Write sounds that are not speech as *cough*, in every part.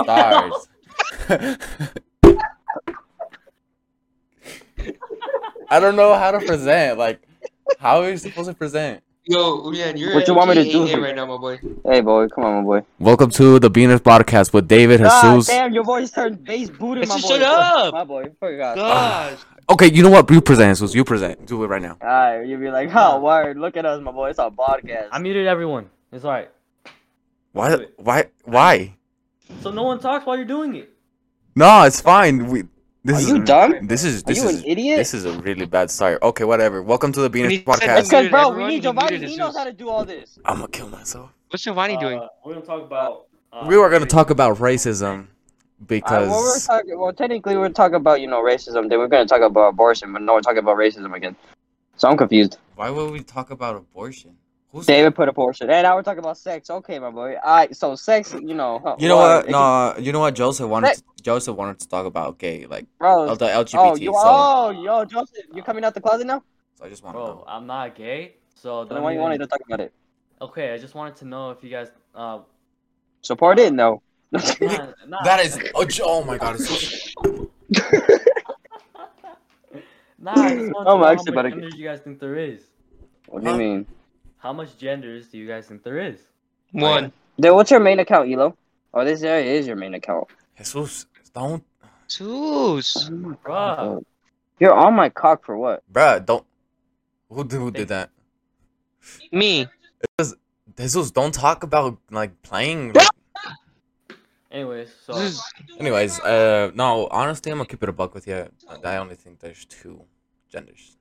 *laughs* stars. I don't know how to present. Like, how are you supposed to present? Yo, Uyan, you're What you want me to do? MTAA right now, my boy. Hey, boy, come on, my boy. Welcome to the Venus podcast with David God Jesus. damn, your voice turned bass booted, my boy. Just shut up! My boy, for God. Gosh, Okay, you know what? You present, Jesus. You present. Do it right now. Alright, you'll be like, oh, word, look at us, my boy. It's our podcast. I muted everyone. It's all right. Why? Why? Why? So no one talks while you're doing it. No, it's fine. We. This Are is you dumb? This is. Are This you is. an idiot? This is a really bad start. Okay, whatever. Welcome to the Venus he said That's podcast. that- because, bro, Everyone, we you need Giovanni. muted He us, knows Zeus. how to do all this. I'm gonna kill myself. what's Giovanni Uh, doing? We're gonna talk about. Uh, We were gonna talk about racism Alright, well, we're because talking, well, technically, we're talking about, you know, racism. Then we're going to talk about abortion, but no, we're talking about racism again. So I'm confused. why would we talk about abortion? Who's David put abortion. And now we're talking about sex. Okay, my boy. Alright, so sex, you know. huh, You know well, what? it No, you know what? Joseph wanted. Joseph wanted to talk about gay, like could- Bro, of the LGBT. oh, you, so, oh, yo, Joseph, you coming out the closet now? so I just want to Bro, know. I'm not gay, so Then don't why you even- wanted to talk about it? Okay, I just wanted to know if you guys. Uh, Support it? *laughs* No. nah, nah, *laughs* That is. Oh, Jo- oh my God! It's *laughs* so, Nah, I just wanted to Oh, know my, how actually, but I- much genders you guys think there is. What do Huh? you mean? How much genders do you guys think there is? One. Dude, what's your main account, Elo? Oh, this there is your main account. Jesus, don't, Zeus. Bro, You're on my cock for what? bruh, don't. Who did, who did that? Me. Jesus, don't talk about like playing. like- anyways, so Zeus. anyways, uh, no. Honestly, I'm gonna keep it a buck with you. I- I only think there's two genders.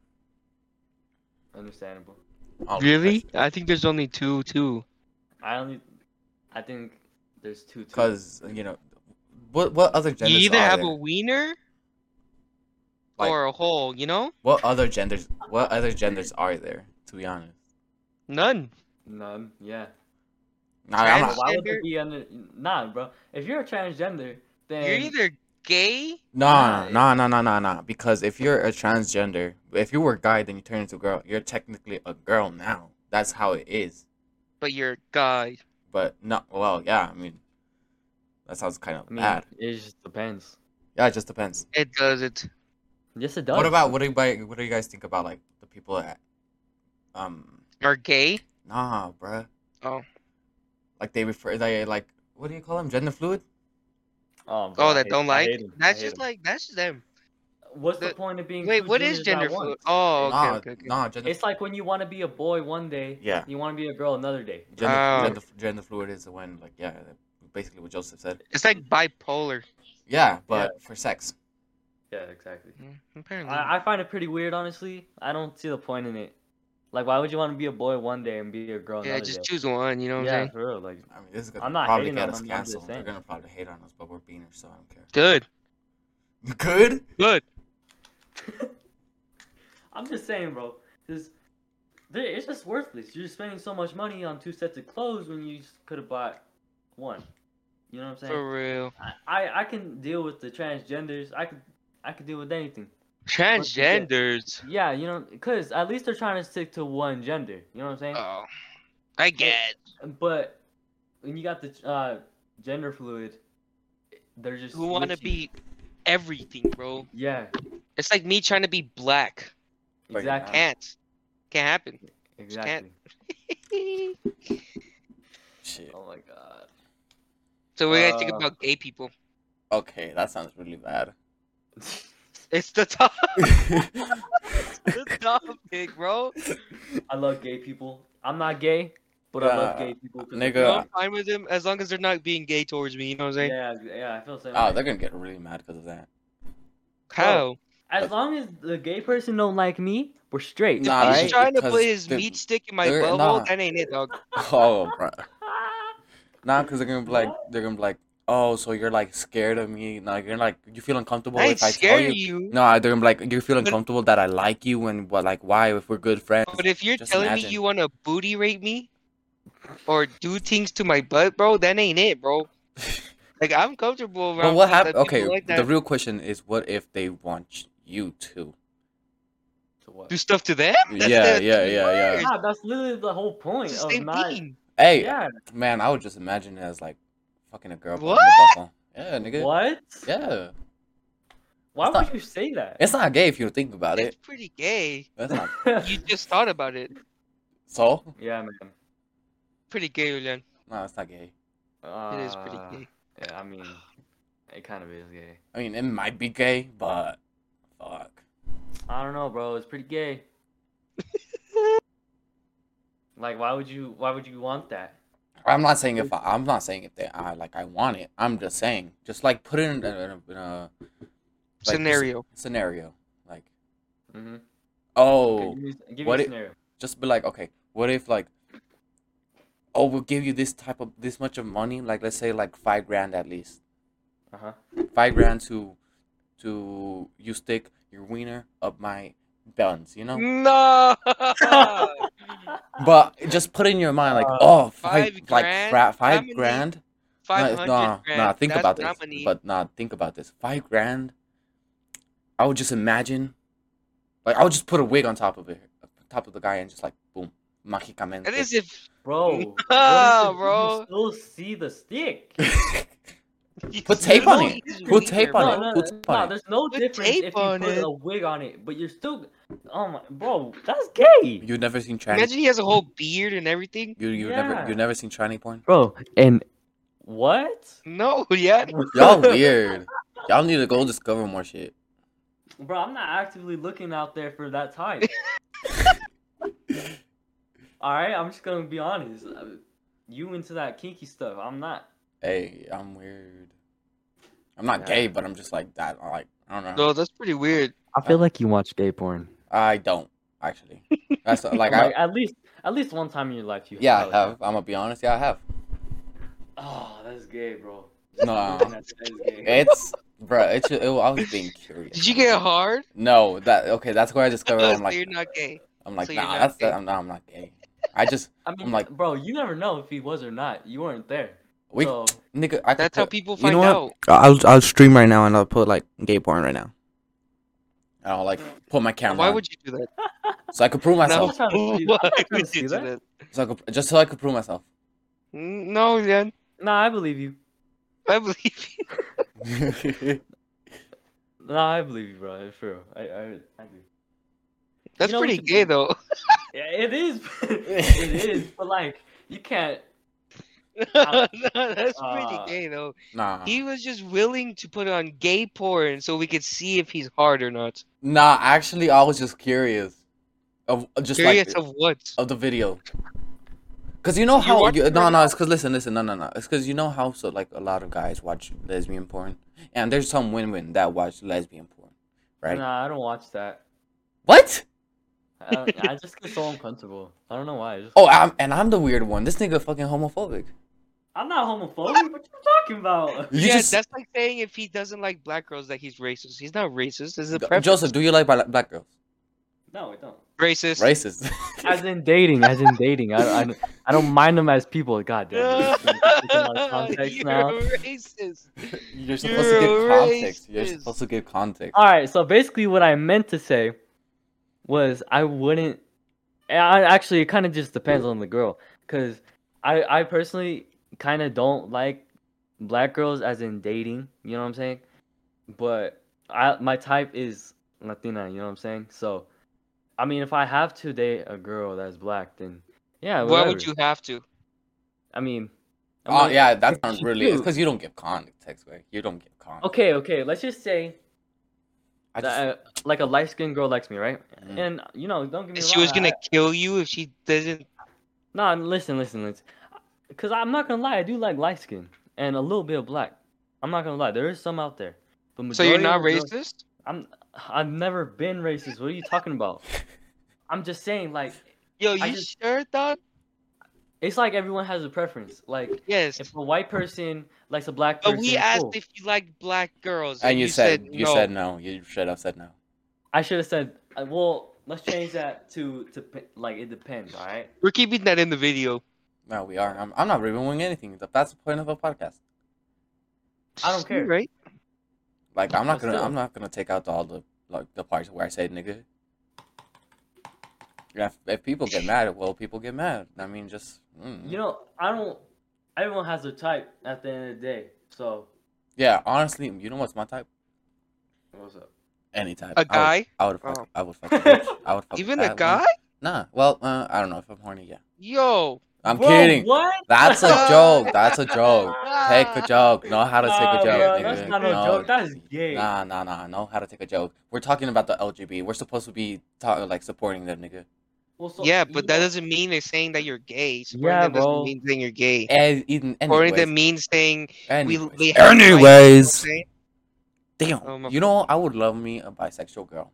understandable. Oh, Really? I think there's only two, two. I only, I think there's two. too. Because you know, what what other genders? You either are have there? a wiener Like- or a hole, you know? What other genders? What other genders are there? To be honest, None. none. Yeah. I, I'm, Trans- But why would there Transgender- be under? Nah, bro. If you're a transgender, then You're either gay No, Nah, no, no, no, no, no. Because if you're a transgender, if you were a guy, then you turn into a girl. You're technically a girl now. That's how it is. but you're a guy. But no, well, yeah. I mean, that sounds kind of I mean, bad. it just depends. Yeah, it just depends. It doesn't. Yes, it does. What about what do you guy- what do you guys think about like the people that, um, Are gay? nah, bruh. Oh. Like they refer they like what do you call them? Gender fluid? Oh, Oh, bro, I that hate- don't I like. hate 'em. I That's hate just 'em. like that's just them. What's the, the- point of being? Wait, two what is genders gender at fluid? once? Oh, okay, nah, okay, okay. nah, gender. It's like when you want to be a boy one day, Yeah. you want to be a girl another day. Gender, Oh. gender, gender fluid is when like yeah, basically what Joseph said. It's like bipolar. Yeah, but for sex. Yeah, exactly. Mm, Apparently. I, I find it pretty weird, honestly. I don't see the point in it. Like, why would you want to be a boy one day and be a girl yeah, another just day? choose one. You know what yeah, I'm saying? for real. Like, I mean, this is gonna I'm not probably hating get on us them, I'm just canceled. They're saying. gonna probably hate on us, but we're beaners, so I don't care. Good. *laughs* Good. Good. I'm just saying, bro. This, there- it's just worthless. You're spending so much money on two sets of clothes when you could have bought one. You know what I'm saying? For real. I, I, I can deal with the transgenders. I could I could deal with anything. Transgenders. Yeah, you know, cause at least they're trying to stick to one gender. You know what I'm saying? Oh, I get. But when you got the uh, gender fluid, they're just Who want to switching. be everything, bro? Yeah, It's like me trying to be black. Like, exactly, Can't. Can't happen. exactly. Shit. Oh my god. so we're gonna think Uh, about gay people. Okay, that sounds really *laughs* bad. It's the top. *laughs* the topic, bro. I love gay people. I'm not gay, but I love Yeah, gay people. 'cause- nigga. No, Yeah. I'm fine with them as long as they're not being gay towards me. You know what I'm saying? Yeah, yeah, I feel the same. oh, way. they're gonna get really mad because of that. How? As long as the gay person don't like me, we're straight. Nah, all He's right? trying to because put his the- meat stick in my they're butthole. not- That ain't it, dog. Oh, bro. Nah, because they're gonna be like, they're gonna be like, oh, so you're like scared of me? Like you're like, you feel uncomfortable I ain't if I scared tell of you? you. No, they're gonna be like, you feel But- uncomfortable that I like you and what, like, why if we're good friends? But if you're Just telling imagine. me you want to booty rape me or do things to my butt, bro, that ain't it, bro. *laughs* Like I'm comfortable around. But what people happened? that Okay, people like the that. real question is, what if they want you to? To what? do stuff to them. *laughs* Yeah, yeah, yeah, yeah. worst. *laughs* Nah, that's literally the whole point It's the of same not. thing. Hey, Yeah, Man, I would just imagine it as like fucking a girl. but with a What? buckle. Yeah, nigga. What? Yeah. Why It's would not- you say that? It's not gay if you think about it. It's pretty gay. That's *laughs* not You just thought about it. so. yeah, man. Pretty gay, Julian. No, it's not gay. Uh, It is pretty gay. Yeah, *sighs* I mean, it kind of is gay. I mean, it might be gay, but fuck. I don't know, bro. It's pretty *laughs* gay. like, why would you? Why would you want that? I'm not saying if I, I'm not saying if they I like I want it. I'm just saying, just like put it in a, in a, in a like, Scenario. scenario. Like, Mm-hmm. oh, give me, give what me it- a scenario. just be like, okay, what if like, oh, we'll give you this type of this much of money, like let's say like five grand at least, Uh Uh-huh. huh. five grand to to you stick your wiener up my buns, you Mm. know. *laughs* No. But just put in your mind like, Uh, oh, five, five like grand? fra- How five many grand. Five no, hundred no, grand. no, think That's about not this. money. But nah, think about this. Five grand. I would just imagine, like I would just put a wig on top of it, on top of the guy, and just like boom, magicamente. that is if *laughs* Bro. what if Nah, you bro. Still see the stick. Put tape on No, it. he's Put weird, tape bro. on No, it. no, Put no, tape no, on it. there's no Put difference tape if you on put it. a wig on it, but you're still. Oh my, bro, that's gay. You've never seen tranny. Imagine he has a whole beard and everything. you you Yeah. never you never seen tranny porn. Bro, and what? No, *laughs* yeah. Y'all *laughs* weird. Y'all need to go discover more shit. Bro, I'm not actively looking out there for that *laughs* type. All right, I'm just gonna be honest. Uh, You into that kinky stuff? I'm not. Hey, I'm weird. I'm not Yeah. gay, but I'm just like that. Like I don't know. No, that's pretty weird. I feel like you watch gay porn. I don't actually. *laughs* That's like I Like, at least, at least one time in your life you. Yeah, I probably have. I'm gonna be honest. Yeah, I have. Oh, that's gay, bro. No, *laughs* That's, that's gay. it's bruh. It's it, I was being curious. Did you get hard? No, that okay. That's where I discovered. Oh, I'm so like, you're not gay. I'm like, so you're nah, not that's gay. I'm, nah, I'm not gay. I just I mean, I'm like- bro, you never know if he was or not. You weren't there. we so, nigga. I could That's how put- people you find know what? out. I'll I'll stream right now and I'll put like gay porn right now. And I'll like put my camera. Why on would you do that? so I could prove myself. trying to see- *laughs* I'm why not trying to would see you do that. that? So I could, just so I could prove myself. *laughs* Mm, No, Leon. nah, I believe you. I believe *laughs* you. Nah, I believe you, bro. For real, I, I, I do. That's know what pretty you gay, do. *laughs* though. *laughs* Yeah, it is. *laughs* it is, but like, you can't. Ah. no, that's pretty Uh, gay, though. nah, He was just willing to put on gay porn so we could see if he's hard or not. nah. Actually, I was just curious of just like Curious of what? of the video. Cause you know You how watch you, no porn? no it's cause listen listen no no no it's cause you know how so like a lot of guys watch lesbian porn and there's some women that watch lesbian porn, right? Nah, I don't watch that. What? I, don't- I just get so uncomfortable. I don't know why. I just, Oh, I'm and I'm the weird one. This nigga fucking homophobic. I'm not homophobic. What you talking about? *laughs* You yeah, just that's like saying if he doesn't like black girls that he's racist. He's not racist. This is a Jo- preference. Joseph, do you like bla- black girls? No, I don't. racist. Racist. *laughs* As in dating, as in dating. I, I, I don't mind them as people. God You're damn. this is taken *laughs* out of context now. racist. You're supposed You're to give context. You're racist. supposed to give context. All right. So basically, what I meant to say was I wouldn't. and I, actually, it kind of just depends on the girl, because I I personally kind of don't like black girls as in dating. You know what I'm saying? But I my type is Latina. You know what I'm saying? So, I mean, if I have to date a girl that's black, then yeah. Why whatever. would you have to? I mean. I Oh mean, yeah, that's not you really. It's do- cause you don't give context, right? You don't give context. Okay. Okay. Let's just say I just, that, uh, like a light skinned girl likes me, right? Mm. And you know, don't get me wrong. She was I- gonna kill you if she doesn't. No, and listen, listen, listen. Cause I'm not gonna lie, I do like light skin and a little bit of black. I'm not gonna lie, there is some out there. But So you're majority not of the girls- racist? I'm. I've never been racist. What are you *laughs* talking about? I'm just saying, like, Yo, I you just- sure thought? it's like everyone has a preference. Like, Yes. if a white person likes a black person, But we asked cool. if you like black girls, and you, said, you said no. You straight up said no. I should have said, uh, well, let's change that to to pe- like it depends. All right. We're keeping that in the video. No, we are. I'm, I'm not reviewing anything. That's the point of a podcast. I don't care. Right? Like I'm not But gonna still. I'm not gonna take out all the like the parts where I say nigga. Yeah, If, if people get mad, well, people get mad. I mean, just mm. You know, I don't. Everyone has their type at the end of the day. So Yeah, honestly, you know what's my type? What's up? Any type. A guy? I would, I would fuck. Oh. I would fuck. a bitch. I would fuck Even that a one. guy? Nah. Well, uh, I don't know if I'm horny. Yeah. Yo. I'm kidding. What? That's a joke. That's a joke. Take a *laughs* Ah. joke. Know how to take *laughs* Nah, a joke. nigga. bro, Oh, that's not a No. joke. That is gay. Nah, nah, nah. Know how to take a joke. We're talking about the LGB. We're supposed to be ta- like supporting them, nigga. Well, so- yeah, but that doesn't mean they're saying that you're gay. Supporting Yeah, them doesn't bro. mean saying you're gay. And, in, Supporting anyways, them means saying we, anyways. we have rights, you know what I'm Anyways. saying? Damn. Oh, my- you know, I would love me a bisexual girl.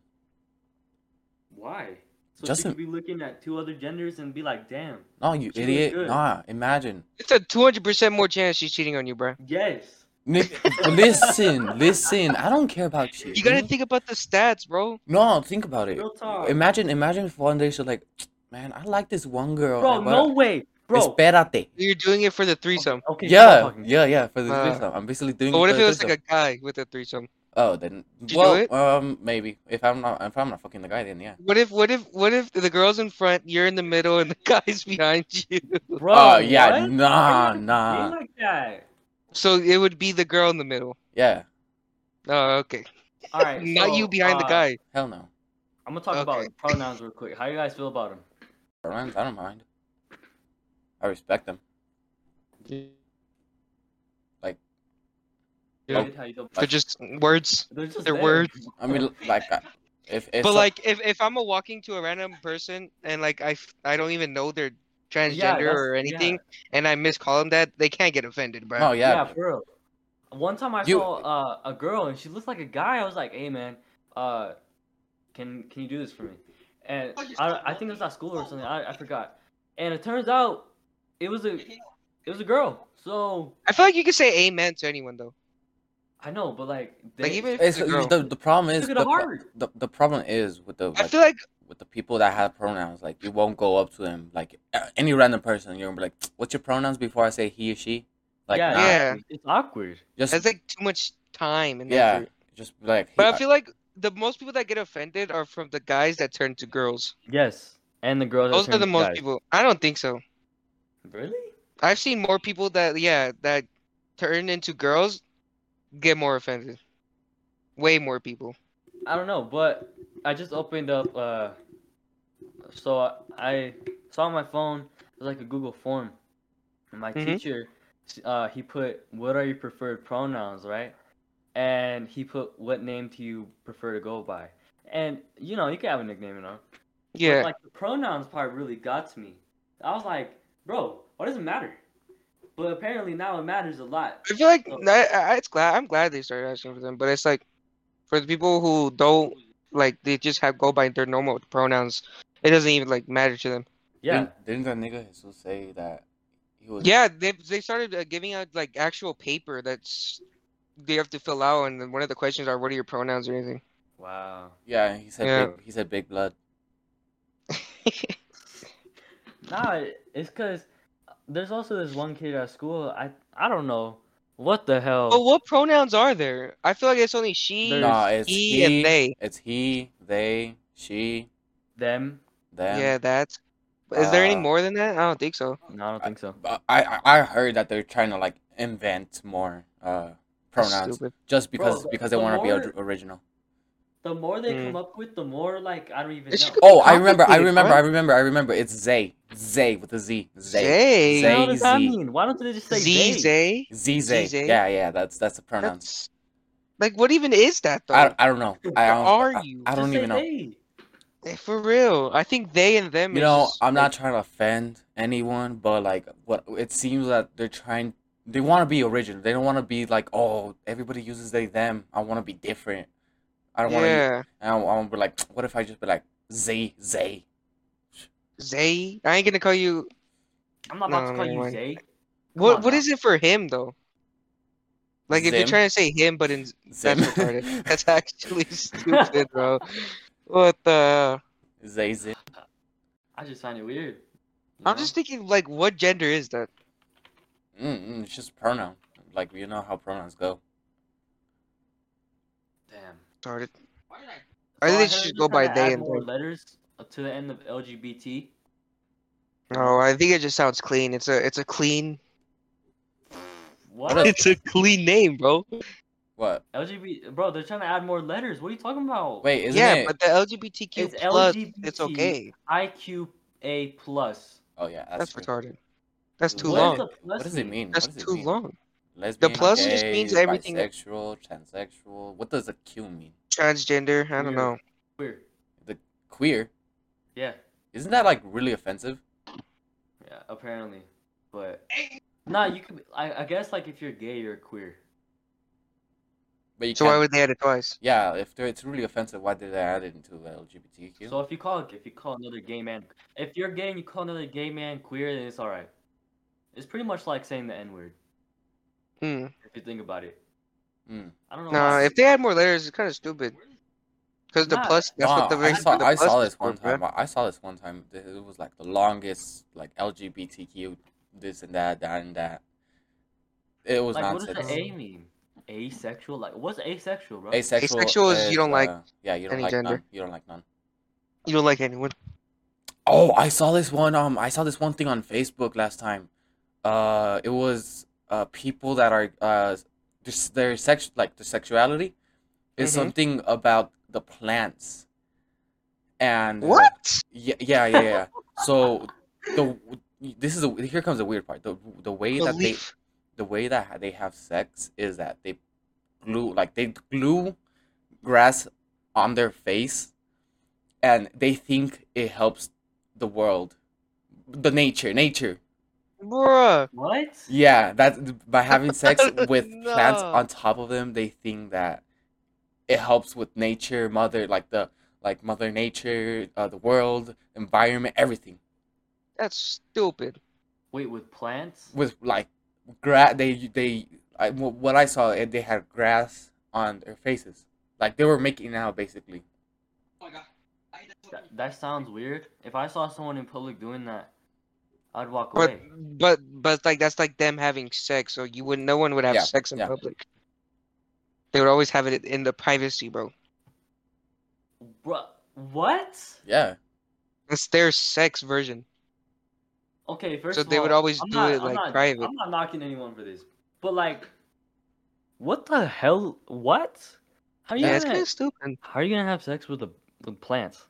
Why? So Justin- she could be looking at two other genders and be like, damn. No, you She was idiot. good. Nah, imagine. It's a 200% more chance she's cheating on you, bro. Yes. Nick, *laughs* listen, listen. I don't care about cheating. You gotta think about the stats, bro. No, think about it. Real talk. Imagine, imagine if one day she's like, man, I like this one girl. bro, and no what- way. Bro. Espérate. You're doing it for the threesome. Okay, stop Yeah, talking. yeah, yeah. For the Uh, threesome, I'm basically doing. But what it if for it the was like threesome. a guy with a threesome? Oh, then. you do Well, it? um, maybe if I'm not, if I'm not fucking the guy, then yeah. What if what if what if the girl's in front, you're in the middle, and the *laughs* guy's behind you? Bro. Oh yeah, what? nah, Why you nah. being like that. So it would be the girl in the middle. yeah, Oh, okay. All right. Not so, you behind the uh, guy. hell no. I'm gonna talk Okay. about pronouns real quick. How you guys feel about them? Pronouns, I don't mind. I respect them. Yeah. How you feel about They're just words. They're just They're there. words. I mean, like, I- if if but so- like, if if I'm a walking to a random person and like I f- I don't even know they're transgender that's- or yeah. anything, and I miscall them that, they can't get offended, bro. no, Yeah, oh, yeah, for real. One time I You- saw uh, a girl and she looked like a guy. I was like, "Hey, man, uh, can can you do this for me?" And Oh, you're I, so I think it was at school or something. I, I forgot. And it turns out it was a it was a girl. So I feel like you could say amen to anyone though. I know, but like, they, Like even if it's, it's a girl. the the problem Took is it to the, pro- heart. the the problem is with the I like, feel like with the people that have pronouns. Like, you won't go up to them like a- any random person. You're gonna be like, "What's your pronouns?" Before I say he or she. Like, yeah, nah, Yeah. it's- it's awkward. just that's like too much time and yeah, effort. just be like. But he- I feel like the most people that get offended are from the guys that turn to girls. Yes, and the girls. Those are turned the to most guys. people. I don't think so. Really? I've seen more people that yeah that turn into girls get more offended. Way more people. I don't know, but I just opened up. Uh, so I, I saw on my phone it was like a Google form, and my Mhm. teacher, uh, he put, "What are your preferred pronouns?" Right, and he put, "What name do you prefer to go by?" And you know, you can have a nickname, you know. But, Yeah. like the pronouns part really got to me. I was like, "Bro, why does it matter?" But apparently now it matters a lot. I feel like Oh. I, I, it's glad I'm glad they started asking for them, but it's like for the people who don't like they just have go by their normal pronouns, it doesn't even like matter to them. Yeah. Didn't, didn't that nigga Jesus say that he was? Yeah, they they started uh, giving out like actual paper that's they have to fill out, and then one of the questions are what are your pronouns or anything. Wow. Yeah, he said. Yeah. Big, he said big blood. Nah, it's cause there's also this one kid at school. I I don't know what the hell. But what pronouns are there? I feel like it's only she, There's- Nah, it's he, and they. It's he, they, she, Them? them. Yeah, that's. Is there any Uh, more than that? I don't think so. No, I don't think so. But I I- I heard that they're trying to like invent more uh That's pronouns stupid. just because the- because they the want to be more- orig- original. The more they Mm. come up with, the more like I don't even It's know. just Oh, I remember, I complicated, remember, I right? remember, I remember. It's Zay, Zay with a Z, Zay, Zay. What the hell Zay, does that Zay. mean? Why don't they just say Z, they? Zay. Z Zay. Zay. Yeah, yeah, that's that's the pronouns. That's like what even is that though? I, I don't know. I don't, Are I- you? I, don't Just say even know. they. Eh, For real, I think they and them. You is know, just, I'm like, not trying to offend anyone, but like, what it seems that they're trying. They want to be original. They don't want to be like, oh, everybody uses they them. I want to be different. I don't want to. yeah, And I, I want to be like, what if I just be like Zay Zay? Zay. I ain't gonna call you. I'm not about No, to call never you mind. Zay. What on What now. is it for him though? Like if you're Zim. trying to say him, but in *laughs* Zim. *laughs* that's retarded. That's actually stupid, bro. What the? Zay Zay. I just find it weird. you I'm know? just thinking like, what gender is that? Mm, mm, it's just pronoun. Like you know how pronouns go. damn. Retarded. So I think heard they should go they're by trying to add they and more them. letters to the end of LGBT. No, I think it just sounds clean. It's a It's a clean. *laughs* What? It's a clean name, bro. What? LGBT, bro. They're trying to add more letters. What are you talking about? Wait, isn't yeah, it? but the LGBTQ It's plus, it's LGBT. okay. IQA plus. oh yeah, that's, That's true. retarded. That's too What long. is the plus What does it mean? That's what does it too mean? long. Lesbian, plus just means gay, everything that- Bisexual, transsexual. What does a Q mean? Transgender. I don't Weird. know. Weird. Queer. Yeah. Isn't that like really offensive? Yeah. Apparently, but nah. You can. I, I guess like if you're gay, you're queer. But you So why can't. would they add it twice? Yeah, if they're, it's really offensive, why did they add it into LGBTQ? So if you call if you call another gay man, if you're gay and you call another gay man queer, then it's all right. It's pretty much like saying the n word Hmm. if you think about it. Mm. I don't know. Nah, why- if they add more letters, it's kind of stupid. Because the Nah. plus, that's Wow, what the I race. saw, the I plus saw is this for, one bro. time. I saw this one time. th- It was like the longest, like LGBTQ, this and that, that and that. It was like what does nonsense. the A mean? Asexual? Like what's asexual, bro? Asexual, Asexual is you don't like uh, yeah, you don't any like gender. none. You don't like none. You don't like anyone. Oh, I saw this one. Um, I saw this one thing on Facebook last time. Uh, it was uh people that are uh just their sex like their sexuality is Mhm. something about the plants, and uh, What? yeah, yeah, yeah, yeah. So the this is a, here comes the weird part. The the way that they Belief. the way that they have sex is that they glue like they glue grass on their face and they think it helps the world the nature nature Bruh. What? yeah that by having sex with plants No. on top of them they think that it helps with nature mother like the like mother nature uh, the world environment everything That's stupid. Wait, with plants? with like grass they they I, wh- what i saw eh, they had grass on their faces like they were making out basically That, that sounds weird. If I saw someone in public doing that, I'd walk But away. but but like that's like them having sex. So you would no one would have Yeah, sex in yeah. public. They would always have it in the privacy, bro. Bro, what? yeah It's their sex version. Okay, first So of they would all, always I'm do not- it I'm like not- private. I'm not knocking anyone for this, but like, what the hell? What? How are you Yeah, it's gonna? kind of stupid. How are you gonna have sex with the with plants?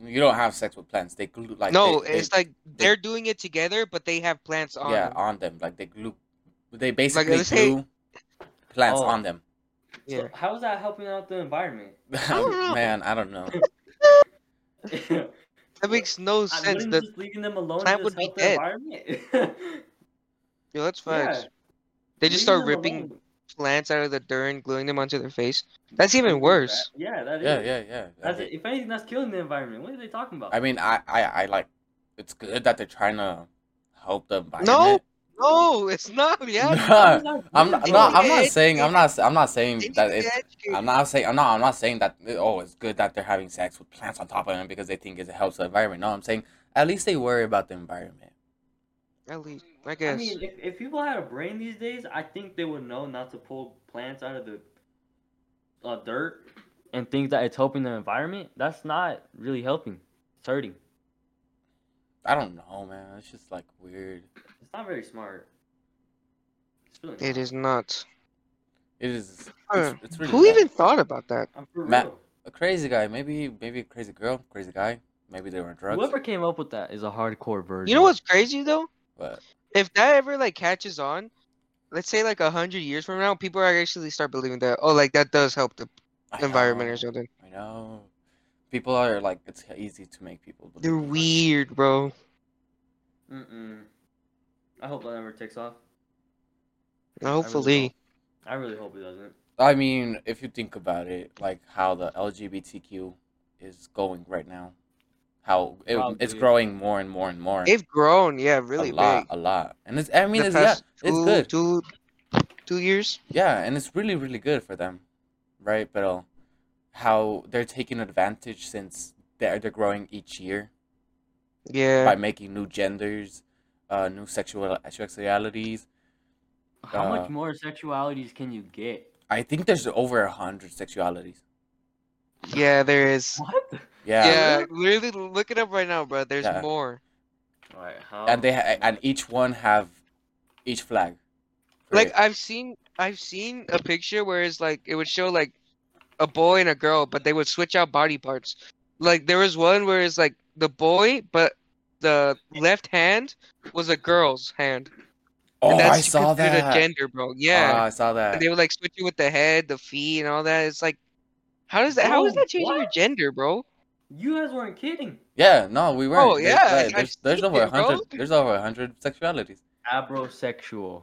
you don't have sex with plants they glue like no, they, it's like they're doing it together, but they have plants they, on. yeah uh, them. on them like they glue they basically let's say- glue plants Oh. on them *laughs* yeah. So how is that helping out *laughs* the environment? don't know. man i don't *laughs* know I That makes no sense. wouldn't That just leaving them alone plant to would just be help the dead. environment. yo, that's Yeah, facts. *laughs* They just leaving start them ripping alone. plants out of the dirt and gluing them onto their face. That's Don't even do worse. that. Yeah, that is. yeah yeah yeah That's it. If anything, that's killing the environment. What are they talking about? i mean I, I i like it's good that they're trying to help the environment No, it's *laughs* not. Yeah, Nah, uh, I'm not. not, I'm not. I'm not Educate- saying. I'm not. I'm not saying they need that to it's. educate. I'm not saying. I'm not. I'm not saying that. Oh, it's good that they're having sex with plants on top of them because they think it helps the environment. No, I'm saying at least they worry about the environment. At least, I I guess. mean, if, if people had a brain these days, I think they would know not to pull plants out of the uh, dirt and think that it's helping the environment. That's not really helping. It's hurting. I don't know, man. It's just like weird. It's not very smart. It's really It not. is not. It is. Huh. It's, it's really. Who bad. even thought about that? I'm for Matt- real. a crazy guy? Maybe. Maybe a crazy girl. Crazy guy. Maybe they were on drugs. Whoever came up with that is a hardcore version. You know what's crazy though? But If that ever like catches on, let's say like a hundred years from now, people are actually start believing that. Oh, like that does help the I environment know, or something. I know. People are like. It's easy to make people. believe They're in that. weird, bro. Mm-mm. I hope that never takes off. Hopefully, I really hope it doesn't. I mean, if you think about it, like how the LGBTQ is going right now, how it, it's Probably. growing more and more and more. they've grown. Yeah, a really lot, big. a lot, and it's. I mean, The it's yeah, past it's two- good. Two, two years. Yeah, and it's really, really good for them, right? But uh, how they're taking advantage since they're they're growing each year by Yeah. making new genders, uh, new sexual sexualities. How Uh, much more sexualities can you get? I think there's over a hundred sexualities. Yeah, there is. What? Yeah, literally look it up right now, bro. There's Yeah. more. Alright, how? and they ha- and each one have each flag. like I've seen I've seen a picture where it's like it would show like a boy and a girl, but they would switch out body parts. Like there was one where it's like the boy, but the left hand was a girl's hand. oh, and I that's saw considered that. gender, bro. Oh, Yeah, I saw that. and they would like switch it with the head, the feet, and all that. It's like, how does that? How is Bro, that changing your what? gender, bro? You guys weren't kidding. Yeah, no, we weren't. Oh, There's- yeah, I've there's there's seen over a it, bro. hundred. There's over a hundred sexualities. Abrosexual.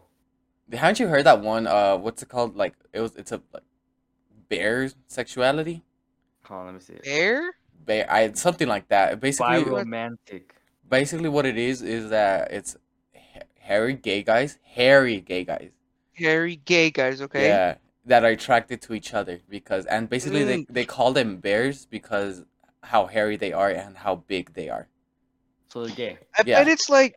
Haven't you heard that one? Uh, what's it called? Like it was. It's a like bear sexuality. Hold on, let me see it. Bear? Bear, I something like that. Basically, Biromantic. basically what it is is that it's ha- hairy gay guys, hairy gay guys. Hairy gay guys, okay? Yeah, that are attracted to each other because and basically they they call them bears because how hairy they are and how big they are. So they're *laughs* gay. I Yeah. bet it's like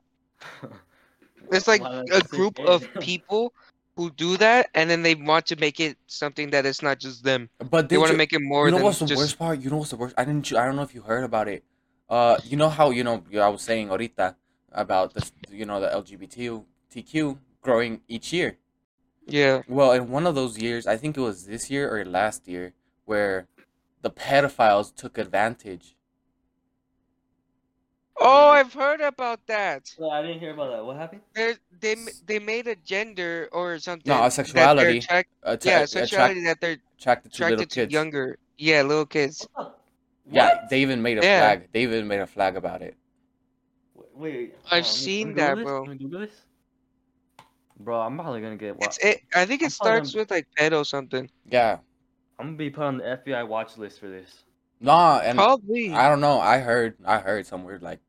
it's like Wow, that's a so group gay. *laughs* of people who do that, and then they want to make it something that it's not just them. But They did want to you- make it more you know than what's the just. worst part? You know what's the worst? I didn't. I don't know if you heard about it. Uh, you know how you know I was saying ahorita about this. You know the LGBTQ growing each year. Yeah. Well, in one of those years, I think it was this year or last year, where the pedophiles took advantage. Oh, Mm. I've heard about that. No, I didn't hear about that. What happened? They're, they m- they made a gender or something. No, a that they're sexuality. attract- Att- yeah, uh, attract- sexuality that they're attracted to little attracted to kids. younger. Yeah, little kids. Yeah, they even made a Yeah. flag. They even made a flag about it. Wait, Wait. I've seen that, bro. This? Bro, I'm probably gonna get. Wa- It's it. I think I'm it following- starts with like pedo something. Yeah. I'm gonna be put on the FBI watch list for this. Nah, and Probably. I don't know. I heard I heard somewhere like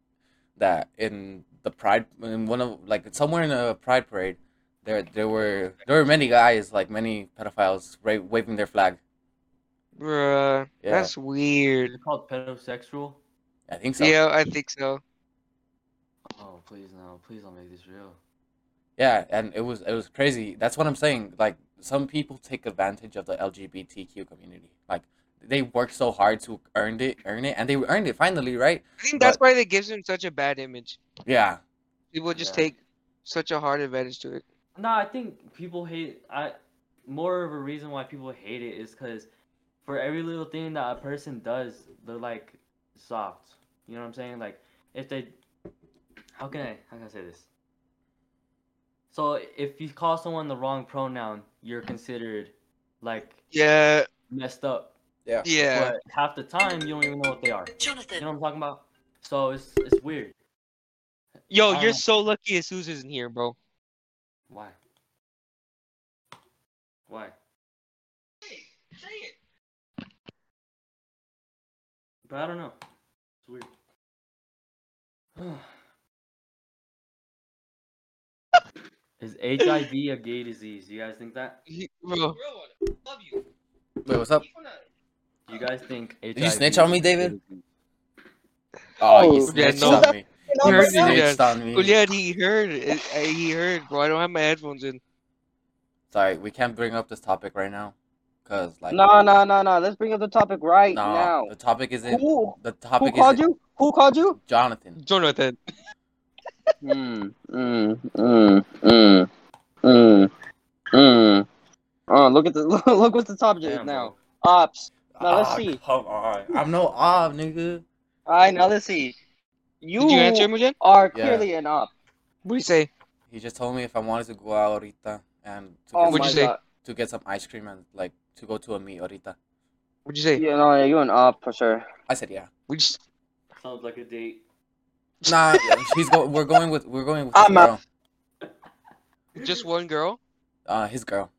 that in the pride in one of like somewhere in a pride parade there there were there were many guys like many pedophiles ra- waving their flag. Bruh, Yeah, that's weird. Is it called pedosexual? I think so. Yeah. Yeah, I think so. Oh, please no! Please don't make this real. and it was it was crazy. That's what I'm saying. Like some people take advantage of the LGBTQ community. Like they worked so hard to earn it, earn it, and they earned it finally, right? I think that's why they gives him such a bad image. Yeah. People just Yeah. take such a hard advantage to it. No, I think people hate. I more of a reason why people hate it is because for every little thing that a person does, they're like soft. You know what I'm saying? Like if they, how can I how can I say this? So if you call someone the wrong pronoun, you're considered like Yeah, messed up. yeah. But half the time, you don't even know what they are. You know what I'm talking about? So it's it's weird. Yo, I you're don't- so lucky Asus isn't here, bro. Why? Why? But I don't know. It's weird. *sighs* Is HIV a gay disease? You guys think that? He- bro. Wait, what's up? You guys think HIV? you snitch on is me, a gay David? disease? Oh, you Oh, yeah, snitched no. on me. You Heard it, yeah. snitched on me. Julian, he heard. it- uh, He heard, bro. I don't have my headphones in. Sorry, we can't bring up this topic right now, cause like No, no, no, no. Let's bring up the topic right no, now. the topic isn't Who, the who topic called isn't you? Who called you? Jonathan. Jonathan. Mm, mm, mm, mm, mm, mm. Oh, look at the *laughs* look, what the topic is Damn, now. bro. Ops. Now let's Ah, see. Come on, I'm no ob nigga. All right, now let's see. You, Did you answer him again? are Yeah. clearly an op. What do you say? He just told me if I wanted to go out ahorita and to Oh get, What'd my you some, say? god. to get some ice cream and like to go to a meet ahorita. What'd you say? You know, you're an op for sure. I said yeah. We just. Sounds like a date. Nah, he's go. We're going with we're going with his I'm out. girl. Just one girl. Uh, his girl.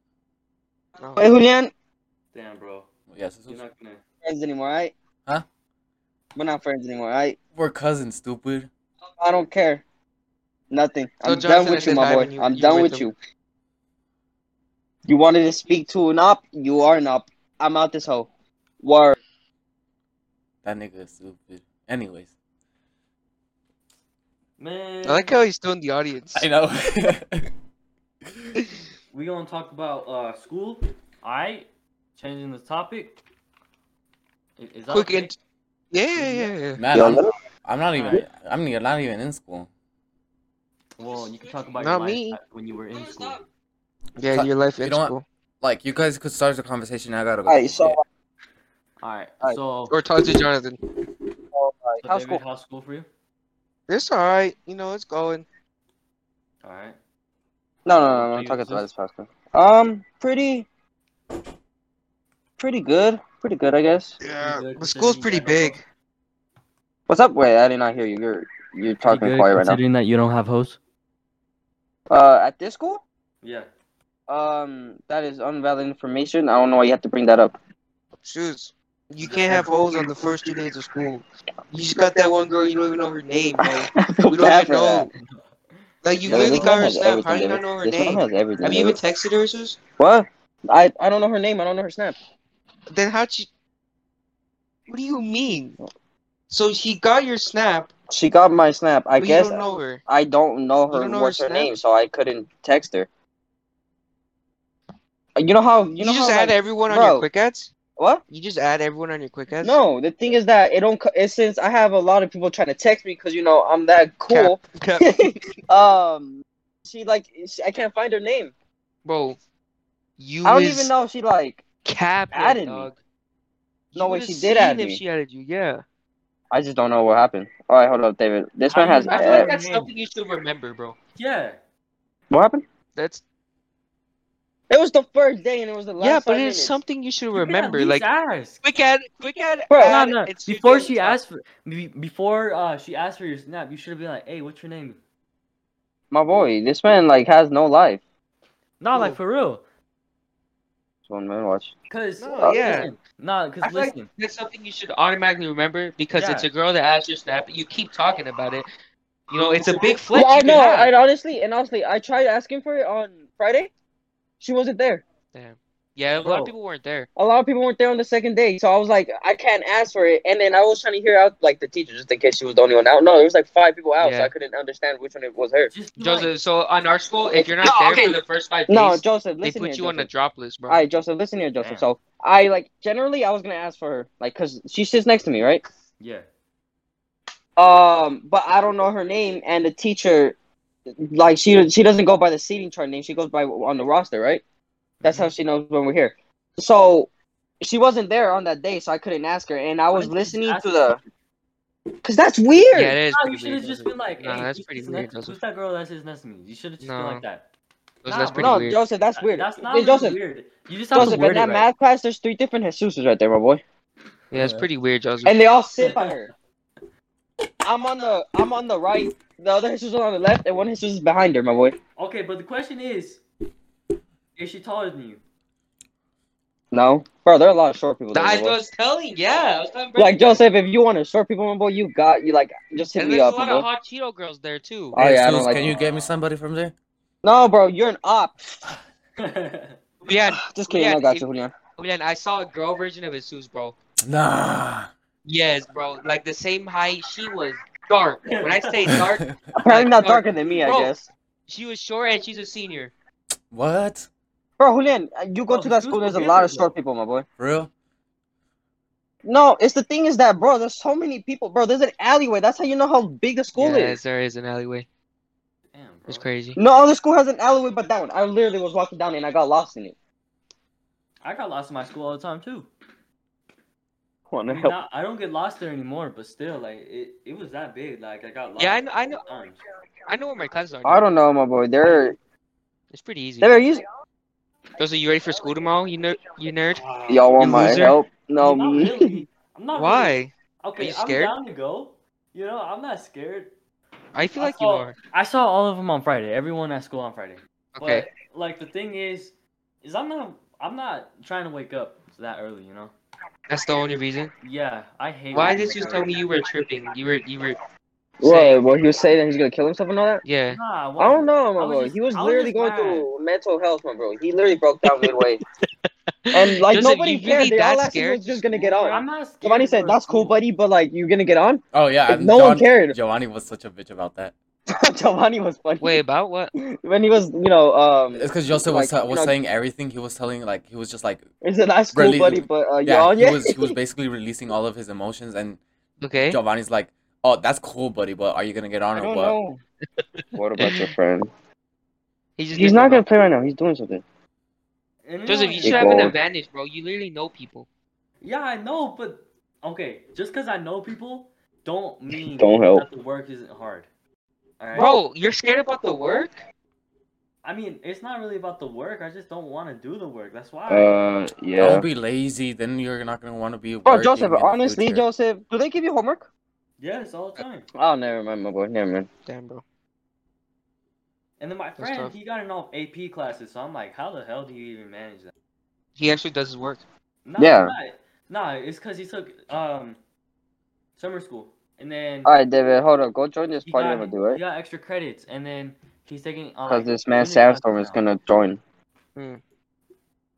No. Wait, Julian, Damn, bro. Yes, You're not gonna. friends anymore, right? Huh? We're not friends anymore, right? we're cousins, stupid. I don't care. Nothing. So I'm Jonathan done with you, said my hi boy. when you- I'm you done with with him. you. You wanted to speak to an op? You are an op. I'm out this hole. Word. That nigga is stupid. Anyways, Man. I like how he's still in the audience. I *laughs* know. we gonna talk about uh school. Alright. Changing the topic. I- Is that Quick okay? int- Yeah, yeah, yeah, yeah. Man, Yo, I'm, let me- I'm not even. I'm not even in school. Well, you can talk about Not your me. life at- when you were in school. Yeah, Cut- your life you in know what? school. Like you guys could start the conversation. I gotta go. Alright, so All right. Alright. So, Or talk to Jonathan. uh, like, so how's David, school? how's school for you? It's all right. You know, it's going. All right. No, no, no, no. Do you Talk exist? about this podcast. Um, pretty, pretty good. Pretty good, I guess. Yeah, good but school's considering pretty you got no big. What's up? Wait, I did not hear you. You're you're talking good, quiet right now. considering that you don't have hoes. Uh, at this school? Yeah. Um, that is unvalid information. I don't know why you have to bring that up. Shoes. You can't have holes on the first two days of school. You just got that one girl. You don't even know her name, *laughs* bro. *laughs* I feel We don't bad even for that. know. Like you No, literally this got one her has snap. How do you everything, not know her David. This one name? has everything. Have you even David. texted her, sis? What? I I don't know her name. I don't know her snap. Then how'd she? What do you mean? So she got your snap, She got my snap. I but guess you don't know her. I don't know her. don't know her what's her, snap? name? So I couldn't text her. Uh, You know how you You, know just how add like, everyone on bro. your quick ads. what? You just add everyone on your quick ads. No, the thing is that it don't. co- It's since I have a lot of people trying to text me because you know I'm that cool. *laughs* Cap- um, she like she, I can't find her name. *laughs* bro. You I don't is even know if she like. Cap added me. dog. No You way, would've she did add seen if me. She added you, yeah. I just don't know what happened. All right, hold up, David. This How man do has. you I not feel eh, know? like that's something you should remember, bro. Yeah. e- what happened? That's It was the first day and it was the last. yeah, but five it's minutes. something you should You could at remember. least Like ask. quick ad, quick ad. Bro, ad, no, no. it's your Before daily she time. asked for, be- before uh, she asked for your snap, you should have been like, "Hey, what's your name?" My boy, this man like has no life. Not Ooh. like for real, This one man watch. cause No, uh, yeah. listen, nah, cause I feel like listen, that's something you should automatically remember because it's Yeah. a girl that asked your snap. You keep talking about it. You know, it's a big flex. Yeah, you I can know. have. I honestly and honestly, I tried asking for it on Friday. She wasn't there. Damn. Yeah, a lot Bro. of people weren't there. A lot of people weren't there on the second day, so I was like, I can't ask for it. And then I was trying to hear out like the teacher just in case she was the only one out. No, there was like five people out, so Yeah. I couldn't understand which one it was her. just be like, Joseph, so on our school, if you're not No, there okay. for the first five days, No, Joseph, they listen put you here. on the Joseph. drop list, bro. All right, Joseph, listen here, Joseph. So Damn. I like generally I was gonna ask for her, like, cause she sits next to me, right? yeah. Um, but I don't know her name, and the teacher, like she she doesn't go by the seating chart name. She goes by on the roster, right? That's how she knows when we're here. So she wasn't there on that day, so I couldn't ask her, and I Why was didn't you just listening ask to her? the. Cause that's weird. Yeah, it is. No, Oh, pretty you should have weird, just Joseph. been like, Nah, "Hey, that's who's pretty this weird, next- Joseph. who's that girl that sits next to me?" You should have just been like that. Those- Nah, that's pretty no, weird. Joseph, that's That- weird. That's not Hey, really Joseph, weird. You just have Joseph, to word in that it right. math class, there's three different Jesuses right there, my boy, Yeah, it's Yeah. pretty weird, Joseph. and they all sit by her. I'm on the I'm on the right. The other Jesus is on the left, and one Jesus is behind her, my boy. Okay, but the question is, *laughs* is she taller than you? *laughs* No, bro, there are a lot of short people. There, my I boy. was telling, yeah, I was telling. Brandon. Like Joseph, if you want to short people, my boy, you got you. Like, just hit and me there's up, a my lot of boy. hot Cheeto girls there too. Oh yeah, I don't Jesus, like. Can you get me somebody from there? No, bro, you're an op. Julian, Just kidding, Yeah, I got if- you, Julian. Julian, I saw a girl version of Jesus, bro. Nah. Yes, bro. Like the same height. She was dark. When I say *laughs* dark, Apparently like, not dark- darker than me, I Bro. guess. she was short and she's a senior. *laughs* what? Bro, Julian, you go Bro, to that who's school. There's a together, lot of bro? short people, my boy. For real? No, it's the thing is that, bro, there's so many people, bro. There's an alleyway. That's how you know how big the school yes, is. there is an alleyway. Damn, bro. It's crazy. No other school has an alleyway but that one. I literally was walking down and I got lost in it. I got lost in my school all the time too. What I the mean, hell? not- I don't get lost there anymore, but still, like it, it was that big. Like I got lost. Yeah, I know- I know- times. I know where my cousins are. I don't know, my boy. They're It's pretty easy. they're using. Those are you ready for school tomorrow? You ner- you nerd. Y'all want You my loser. help? No, not me. really. I'm not really- Why? Okay, you I'm scared? down to go. You know, I'm not scared. I feel I like you saw- are. I saw all of them on Friday. Everyone at school on Friday. Okay. But like the thing is, is I'm not, I'm not trying to wake up that early. You know. That's the only reason. Yeah, I hate. Why waking did you up tell early. me you were tripping? You were you were. Whoa, saying- *laughs* what he was saying that he's gonna kill himself and all that? Yeah. Nah, I don't wasn't. know, I my was bro. just- he was I was literally just going mad. through mental health, my bro. He literally broke down midway. And like Joseph, nobody you cared. really they that all asked if he scared? was just gonna get I'm on. not scared. Giovanni said, for "That's cool, school." buddy, but like you're gonna get on." *laughs* Oh yeah. Like, and no one cared. Giovanni was such a bitch about that. Giovanni was funny Wait, about what? when he was, you know, um, It's because Joseph was Like, was you know- saying everything. He was telling like he was just like it's a nice cool Really- buddy, but uh, yeah, yeah. on He yeah. was he was basically releasing all of his emotions, and Okay. Giovanni's like, "Oh, that's cool, buddy, but are you gonna get on *laughs* I or don't what?" know. what about your friend? He just He's didn't not know. gonna play right now. He's doing something. And Joseph, know, you it- should have an Igor. advantage, bro. You literally know people. Yeah, I know, but okay, just because I know people don't mean Don't help. that the work isn't hard. All right. Bro, you're scared about the work? I mean, it's not really about the work. I just don't want to do the work. That's why. Uh, yeah. Don't be lazy. Then you're not gonna want to be. Bro, working Joseph. in the Honestly, future. Joseph, do they give you homework? yes, all the time. Oh, never mind, my boy. Never mind. Damn, bro. And then my That's friend, tough. he got in all AP classes, so I'm like, how the hell do you even manage that? He actually does his work. Nah, Yeah. Nah, nah, it's because he took um summer school, and then All right, David, hold up. Go join this he, party got, I'm gonna do, he right? got extra credits, and then he's taking uh, Because like, this man unit classes Sandstorm is now. gonna join.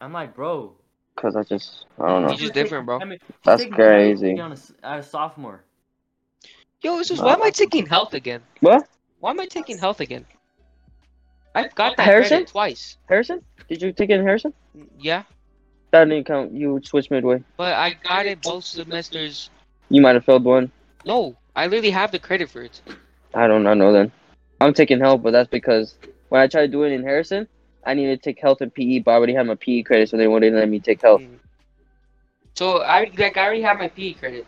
I'm like, bro. Cause I just, I don't know. He's just different, bro. I mean, he's That's taking credits crazy. being On a, s- uh, sophomore. Yo, it's just why am I taking health again? What? Why am I taking health again? I've got that Harrison? credit twice. Harrison? Did you take it in Harrison? Yeah, That didn't count. You switched midway. but I got it both semesters. You might have failed one. No, I literally have the credit for it. I don't I know then. I'm taking health, but that's because when I tried to do it in Harrison, I needed to take health and PE, but I already had my PE credit, so they wouldn't let me take health. Mm. So I like I already have my PE credit.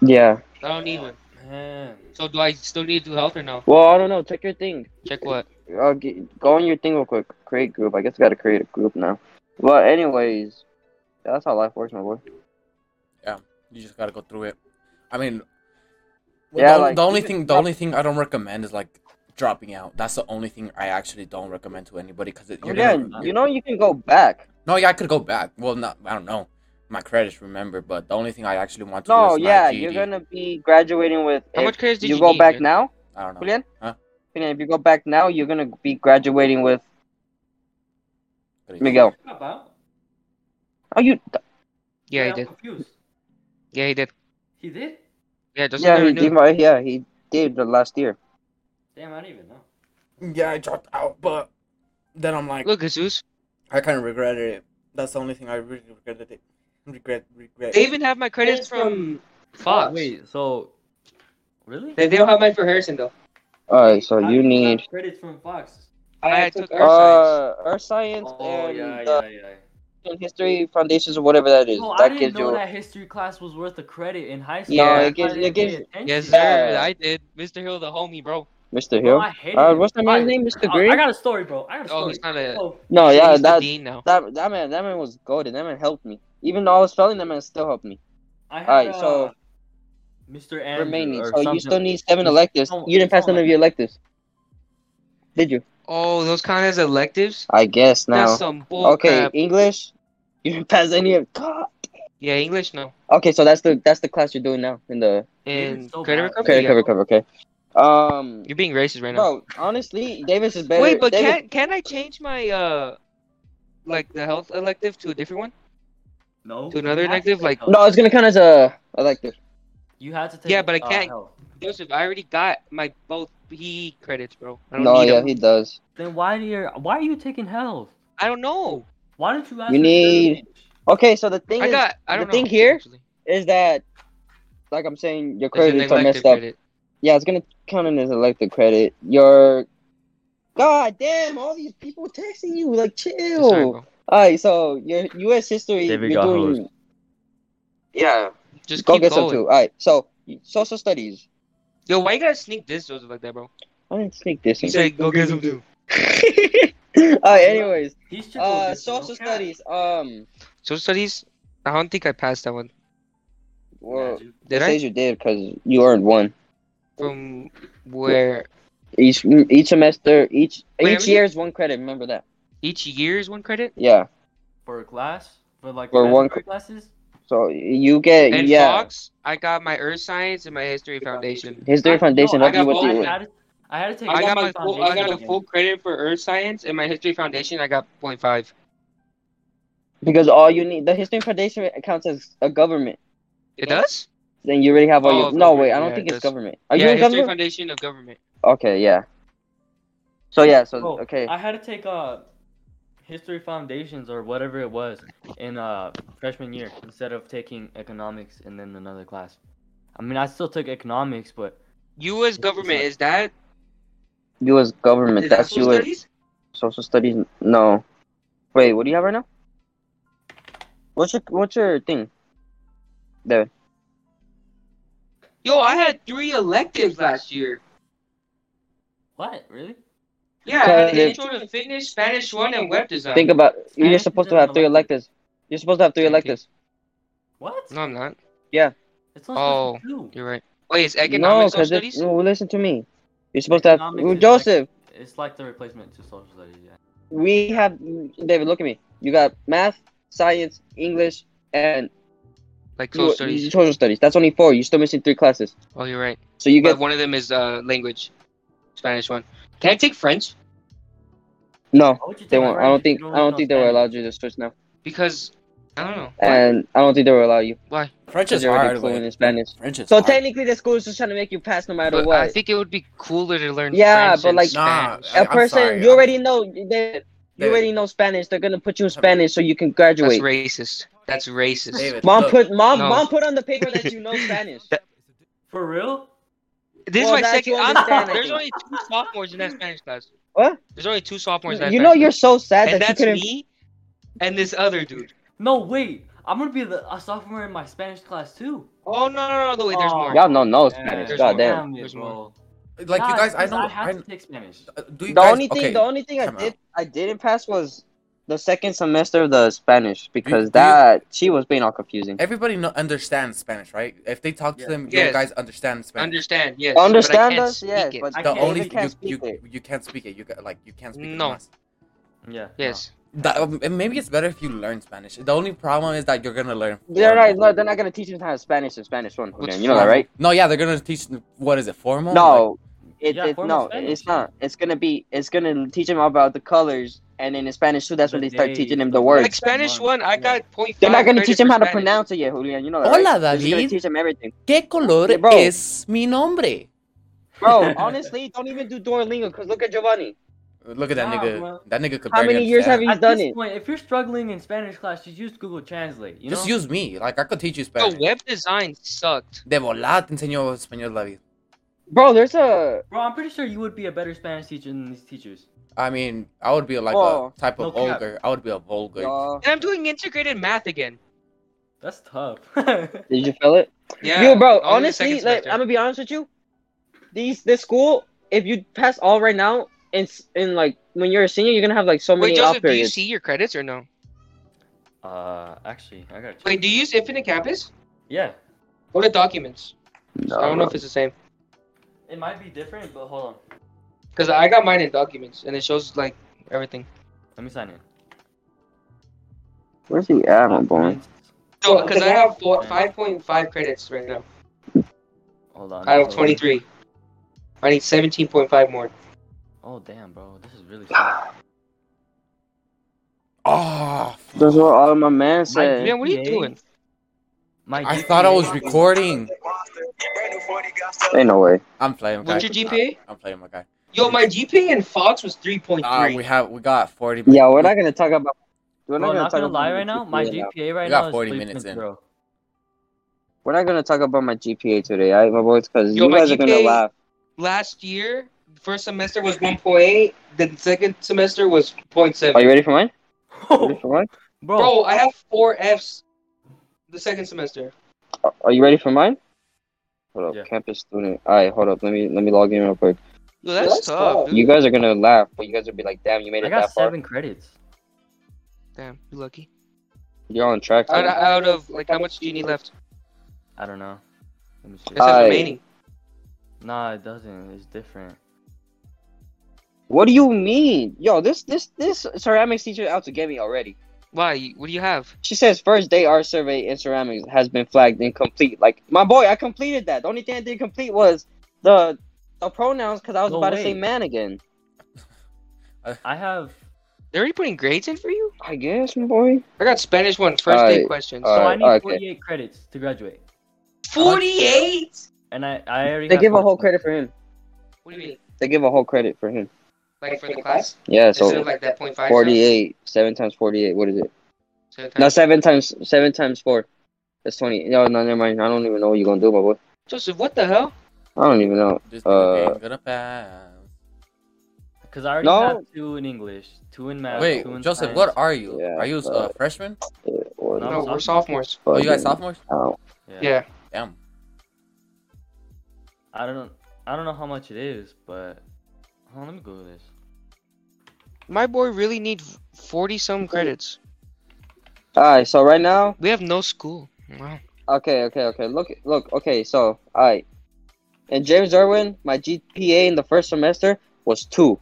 Yeah. I don't need one. Oh, Man. So do I still need to do health or no? Well, I don't know. Check your thing. Check what? i get, go on your thing real quick. Create group. I guess I gotta create a group now. But anyways, that's how life works, my boy. you just gotta go through it. I mean, Yeah, yeah, the, like, the only even- thing, the only thing I don't recommend is like dropping out. That's the only thing I actually don't recommend to anybody because you're Oh, Yeah, gonna, you know you can go back. no, yeah, I could go back. Well, not, I don't know. My credits, remember, but the only thing I actually want to No, do is my yeah, you're GED. gonna be graduating with. How if much credits did you, you go need, back man? now, I don't know. Julian? Huh? Julian, if you go back now, you're gonna be graduating with But it's- Miguel. How About? Oh, you? Yeah, he I'm did. Confused. Yeah, he did. He did? Yeah, just yeah, yeah, he, knew. he, might- yeah, he did the last year. Damn, I didn't even know. Yeah, I dropped out, but then I'm like, Look, Jesus. I kind of regretted it. That's the only thing I really regretted it. Regret, regret. They even have my credits from Fox. Oh, Wait, so really? They, they don't have mine for Harrison though. All right, so How you did have need credits from Fox. I, took Earth Science. uh earth science Oh and yeah, uh, yeah, yeah. history foundations or whatever that is. Oh, I that didn't gives know you. that history class was worth a credit in high school. No, Yeah. it gives. I It didn't gives pay attention. Uh, Yes, Yeah. sir. I did. Mr. Hill, the homie, bro. Mr. Bro, Hill. Oh, I hated Uh, it. what's the Why? man's name? Mr. Oh, Green. I got a story, bro. I got a story. Oh, he's not a. So, no, yeah, he's the that dean now. that that man, that man was golden. That man helped me. Even though I was failing, that man still helped me. I had, Alright, uh, so- Mr. Andrew Remaining. or So you something. still need seven It's- electives. don't- You didn't it's pass not none of like- your electives. Did you? Oh, those kind as electives? I guess now. That's some bull Okay, crap. English. *laughs* You didn't pass any of. God. Yeah, English no. Okay, so that's the that's the class you're doing now in the And is so credit bad. recovery. credit yeah. cover cover. Okay. Um, You're being racist right now. bro, honestly, Davis is better. Wait, but Davis- can can I change my uh like the health elective to a different one? No. To another you had negative, take like- health. No, it's gonna count as a elective. You had to take. Yeah, but I uh, can't- health. Joseph, I already got my both PE credits, bro. I don't No, need yeah, 'em. he does. Then why do you? Why are you taking health? I don't know. Why don't you ask? You for need- privilege? Okay, so the thing I is, got. I the don't know. thing here- actually. is that, like I'm saying, It's your an credits are elective messed up. credit. Yeah, it's gonna count in as elective credit. Your God damn, all these people texting you, like chill. Sorry, bro. Alright, so your US history David you're got doing hosed. Yeah. Just Go keep get going. some too. Alright, so social studies. Yo, why you gotta sneak this Joseph like that, bro? I didn't sneak this You in. said go get some too. *laughs* Alright, anyways. He's just Uh social studies. Um Social studies. I don't think I passed that one. well Did it I? says you did because you earned one. From where? Each each semester, each Wait, how each many- year is one credit, remember that. Each year is one credit. Yeah. for a class for like For one mandatory classes. So you get And yeah. Fox, I got my Earth Science and my History Foundation. His I- Dairy Foundation no, I helped got you both. with I the. had, to- I had to take. I got my health full, I got a foundation full credit for Earth Science and my History Foundation. I got 0.5. Because all you need, the History Foundation counts as a government. It does? Then you already have all Oh, your. No, government, wait, I don't yeah, think it it's does. government. Are yeah, you in History government? Foundation of Government. Okay, yeah. So yeah, so Oh, Bro, okay, I had to take uh history foundations or whatever it was in uh freshman year instead of taking economics and then another class. I mean, I still took economics, but U.S. government is that U.S. government. Is that That's social U.S. studies? Social studies. No. Wait, what do you have right now? What's your What's your thing? There. Yo, I had three electives last year. What? Really? Yeah, I had Uh, the- intro to fitness, Spanish one, and web design. Think about. You're Spanish supposed is to an have three elective. electives. You're supposed to have three Thank you. electives. What? no, I'm not. It's only Oh. supposed to be two. You're right. Wait, is economics no, no, 'cause studies? it's- no, listen to me. You're supposed to have Economics is Joseph. It's like the replacement to social studies. Yeah. We have David. Look at me. You got math, science, English, and Like you- social you- studies. social studies. That's only four. You're still missing three classes. Oh, you're right. So you But get one of them is uh language, Spanish one. Can I take French? no. Why would you They take won't. I French don't if think. you I don't know think they will Spanish? allow you to switch now, Because I don't know. and I don't think they will allow you. Why? French Because is you're already hard. fluent wait. in Spanish. French is So hard. technically, the school is just trying to make you pass no matter But what. I think it would be cooler to learn Yeah, French but and like- Spanish. Nah, I- a I'm person sorry, uh, you I'm- already know they, you David. already know Spanish. They're gonna put you in Spanish so you can graduate. That's racist. That's racist. David, Mom look, put mom No. mom put on the paper that you *laughs* know Spanish. For real? This Well, is my that second. you I'm, understand, I there's think. only two sophomores in that Spanish class. What? There's only two sophomores in that. you know Spanish you're so sad class. that and you that's couldn't. me, and this other dude. No, wait. I'm gonna be the, a sophomore in my Spanish class too. Oh no no no! no wait, there's Oh. more. Y'all don't know Yeah, Spanish. there's God more. damn. Damn it, There's bro. like you Nah, guys, I because know. I have I, to take Spanish. do you The guys, only thing okay, the only thing I time did out. I didn't pass was the second semester of the Spanish do because you- that she was being all confusing. Everybody no, understands Spanish, right? If they talk to Yeah. them, you Yes. guys understand Spanish. Understand? Yes. but I Understand can't us? speak Yes, it. but I the can't- only David can't you, speak you, you can't speak it. You got like you can't speak it. No. unless- Yeah. yes. That, um, and maybe it's better if you learn Spanish. The only problem is that you're gonna learn. They're formal. not, no, they're not gonna teach us how to Spanish in Spanish one. What's you know that, Formal. right? No, yeah, they're gonna teach. What is it? Formal? Like, No, it, Yeah, it formal no, Spanish. it's not. It's gonna be. It's gonna teach him about the colors, and then in Spanish too. That's when The they start days, teaching him the the Word. Like, words. Spanish one, I got point. They're not going to teach him how to pronounce it yet, Julian. You know that. right? Hola, They're just gonna David. teach him *laughs* everything. ¿Qué color Yeah, bro. es mi nombre? Bro, honestly, don't even do Duolingo because look at Giovanni. Look at that Nah, nigga. bro. That nigga could. How barely many years have understand. you At done this it? point, if you're struggling in Spanish class, just use Google Translate. You Just know? use me. Like I could teach you Yo, Spanish. web design sucked. De volar te enseño español, David. Bro, there's a Bro, I'm pretty sure you would be a better Spanish teacher than these teachers. I mean, I would be like Whoa. a type of No cap. vulgar. I would be a vulgar. Y'all- And I'm doing integrated math again. That's tough. *laughs* Did you feel it? Yeah. Yo, bro, I'll do the second honestly, like, semester. I'm gonna be honest with you. These this school, if you pass all right now, and s- and like when you're a senior, you're gonna have like so many Wait, off Joseph, do you periods. see your credits or no? uh, actually, I got. Wait, do you use Infinite Campus? Yeah, Go to documents. No, I don't know if it's the same. it might be different, but hold on. Because I got mine in documents and it shows like everything. Let me sign in. Where's he at, my boy? So, because I have four, 5.5 credits right now Hold on. out of 23. I need 17.5 more. Oh damn, bro, this is really. Oh, fuck. That's what all of my man said. Man, what are you GPA? doing? My I thought I was recording. Ain't no way. I'm playing. What's guy. your GPA? I'm playing, my guy. Yo, my GPA in Fox was 3.3. Uh, we have we got 40. Yeah, we're not gonna talk about. We're Bro, not I'm gonna not talk gonna about lie right now. My GPA now. GPA right We got now is 40 three minutes in. *laughs* Bro, We're not gonna talk about my GPA today, alright, my boys, because Yo, you my guys are gonna GPA laugh. Last year, first semester was 1.8, the second semester was 0.7. Are you ready for mine? Ready for mine? bro, Bro, I have four Fs the second semester. Are you ready for mine? Hold up, Yeah. campus student. Alright, hold up. Let me let me log in real quick. Yo, that's, tough, dude. You guys are gonna laugh, but you guys will be like, "Damn, you made I it got that far. seven credits. Damn, you lucky. You're on track." Out, out of, like, how much do you need left? I don't know. Let me see. It says Uh, remaining. nah, it doesn't. It's different. What do you mean, yo? This this this ceramics teacher out to get me already. Why? You- What do you have? She says first day art survey in ceramics has been flagged incomplete. Like my boy, I completed that. The only thing I didn't complete was the the pronouns because I was No about to way. say man again. I have. They're already putting grades in for you? I guess, my boy. I got Spanish one, first day Alright, questions. So I Alright, need okay. 48 credits to graduate, 48? and I I already. They got give a whole 14. credit for him. What do you mean? They give a whole credit for him. Like, for the class? Yeah, Instead of, so like, that 0.5 stuff? forty-eight, seven times forty-eight. What is it? So times- No, seven times seven times four. That's twenty. No, no, never mind. I don't even know what you're gonna do, my boy. Joseph, what the hell? I don't even know. This Uh, nigga ain't gonna pass. Because I already No. have two in English, two in math. Wait, two in Joseph, science. what are you? Yeah, are you a but- freshman? It was No, No, I'm we're sophomores. Oh, you guys fucking sophomores? out. Yeah. Yeah. Damn. I don't. I don't know how much it is, but hold on, let me Google this. My boy really need forty some credits. All right, so right now We have no school. Wow. Okay, okay, okay. Look, look. Okay, so all right. And James Irwin, my GPA in the first semester was two.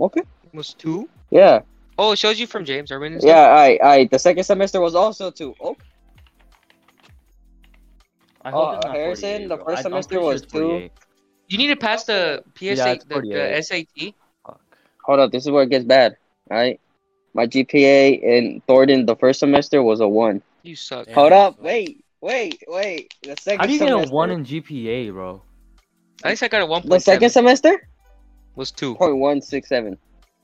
Okay. Was two? Yeah, Oh, it shows you from James Irwin. and yeah. All right, all right. The second semester was also two. Oh, Okay. I hope Oh, it's not Harrison, 48, the bro. first I- I'm semester pretty sure was it's two. 48. You need to pass the PSA, Yeah, it's the, the 48. SAT. Fuck. Hold up. This is where it gets bad. All right. My GPA in Thornton the first semester was a one. You suck. Yeah. Hold up. so- Oh, Wait, wait, wait. The second. How do you get a semester, one in GPA, bro? At least I got a one The point second seven. semester? Was two. Point one six seven.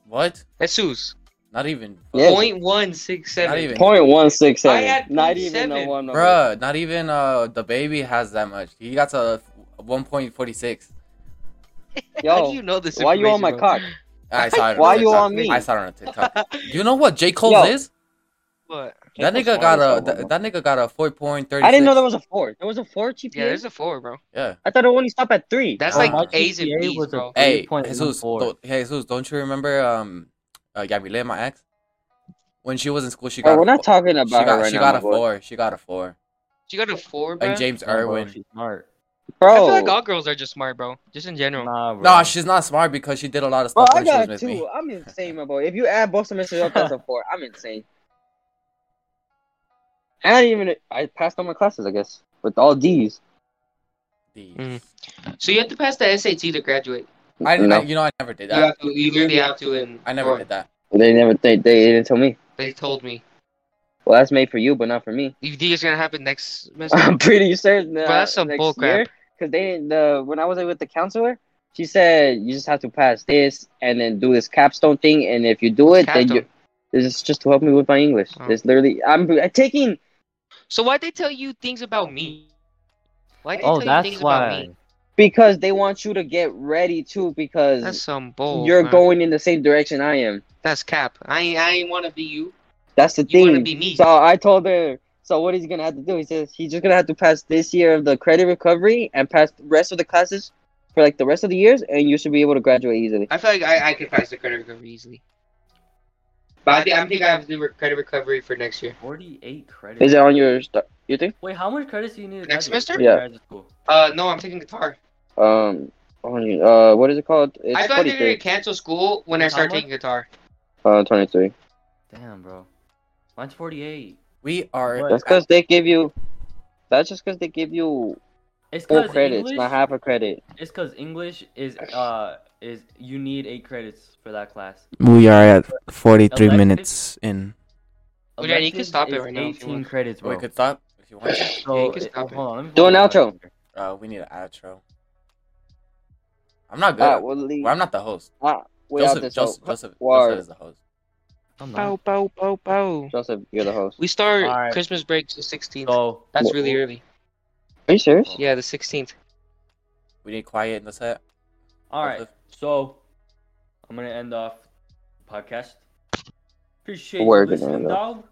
What? Jesus. Not even. Yeah. Point one six seven. Not even. Point one six I seven. had Not even a 0.7. one. over. Bruh, not even uh the baby has that much. He got a 1.46. How do Yo, you know this? why you on my information, cock? I saw it. on *laughs* Why you TikTok. on me? I saw it on TikTok. You know what J Cole Yo. is? bro? What? That Jake nigga Paul's got a wife is that, that nigga got a 4.36. I didn't know there was a four. There was a four GPA. Yeah, there's a four, bro. Yeah. I thought it only stopped at three. That's Nah. like My A's and GPA B's, was a- bro. Hey, 3.14. Jesus, don't, hey, Jesus, don't you remember um, uh, Gabrielle, my ex? When she was in school, she got. Bro, we're a not four. talking about She her got, right she now, got my a boy. four. She got a four. She got a four, bro. And James No, Oh, bro, Irwin. she's smart. Bro, I feel like all girls are just smart, bro. Just in general. Nah, bro. No, she's not smart because she did a lot of bro, stuff I when she was got with two. me. I'm insane, my boy. If you add both semesters up, *laughs* that's a four. I'm insane. And I didn't even I passed all my classes, I guess, with all D's. The- Mm. So you have to pass the SAT to graduate. I, didn't. no, you know, I never did You, Uh, that. have to, you literally have to. And I never did that. they never they, they didn't tell me. They told me Well, that's made for you, but not for me. *laughs* you think it's gonna happen next semester. I'm pretty certain that Bro, that's some next bull crap. because they didn't. The when I was with the counselor, she said you just have to pass this and then do this capstone thing, and if you do it, then you. Capstone? This is just to help me with my English. Oh. It's literally I'm, I'm taking. So why'd they tell you things about me? Why'd they Oh, tell you that's things about why. me? because they want you to get ready too because That's some bull. you're bro. going in the same direction I am. That's cap. I ain't, I ain't want to be you. That's the You want to thing. be me. So I told her. So what he's gonna have to do? He says he's just gonna have to pass this year of the credit recovery and pass the rest of the classes for like the rest of the years, and you should be able to graduate easily. I feel like I, I could pass the credit recovery easily. But I think I think I have to do re- credit recovery for next year. Forty-eight credits. Is it on your st- your thing? Wait, how much credits do you need? to Next graduate? semester? Yeah. Graduate school. Uh, no, I'm taking guitar. Um, on uh, what is it called? It's I thought they were gonna 23. cancel school when I How start much? taking guitar. Uh, 23. Damn, bro. Mine's forty-eight. We are. But- That's because they give you. That's just because they give you It's full because credits, English. not half a credit. It's because English is uh is you need eight credits for that class. We are at 43 Elective? minutes in. Well, Oh, yeah, you can Electives stop it is right now if you Eighteen want. credits, bro. We could stop if you want. So, you can it- stop it. hold on, let me Do pull an it up outro. here. Uh, we need an outro. I'm not good. Ah, at- we'll leave. well, I'm not the host. Ah, we out Joseph, this Joseph, host. Joseph, Word. Joseph is the host. Oh, I'm not. Bow, bow, bow, bow. Joseph, you're the host. We start Oh, All right. Christmas break the 16th. So That's Wha- really early. Are Oh. you serious? Yeah, the 16th. We need quiet in the set. all right, Joseph. so I'm gonna end off the podcast. Appreciate We're you gonna listening, end off. dog.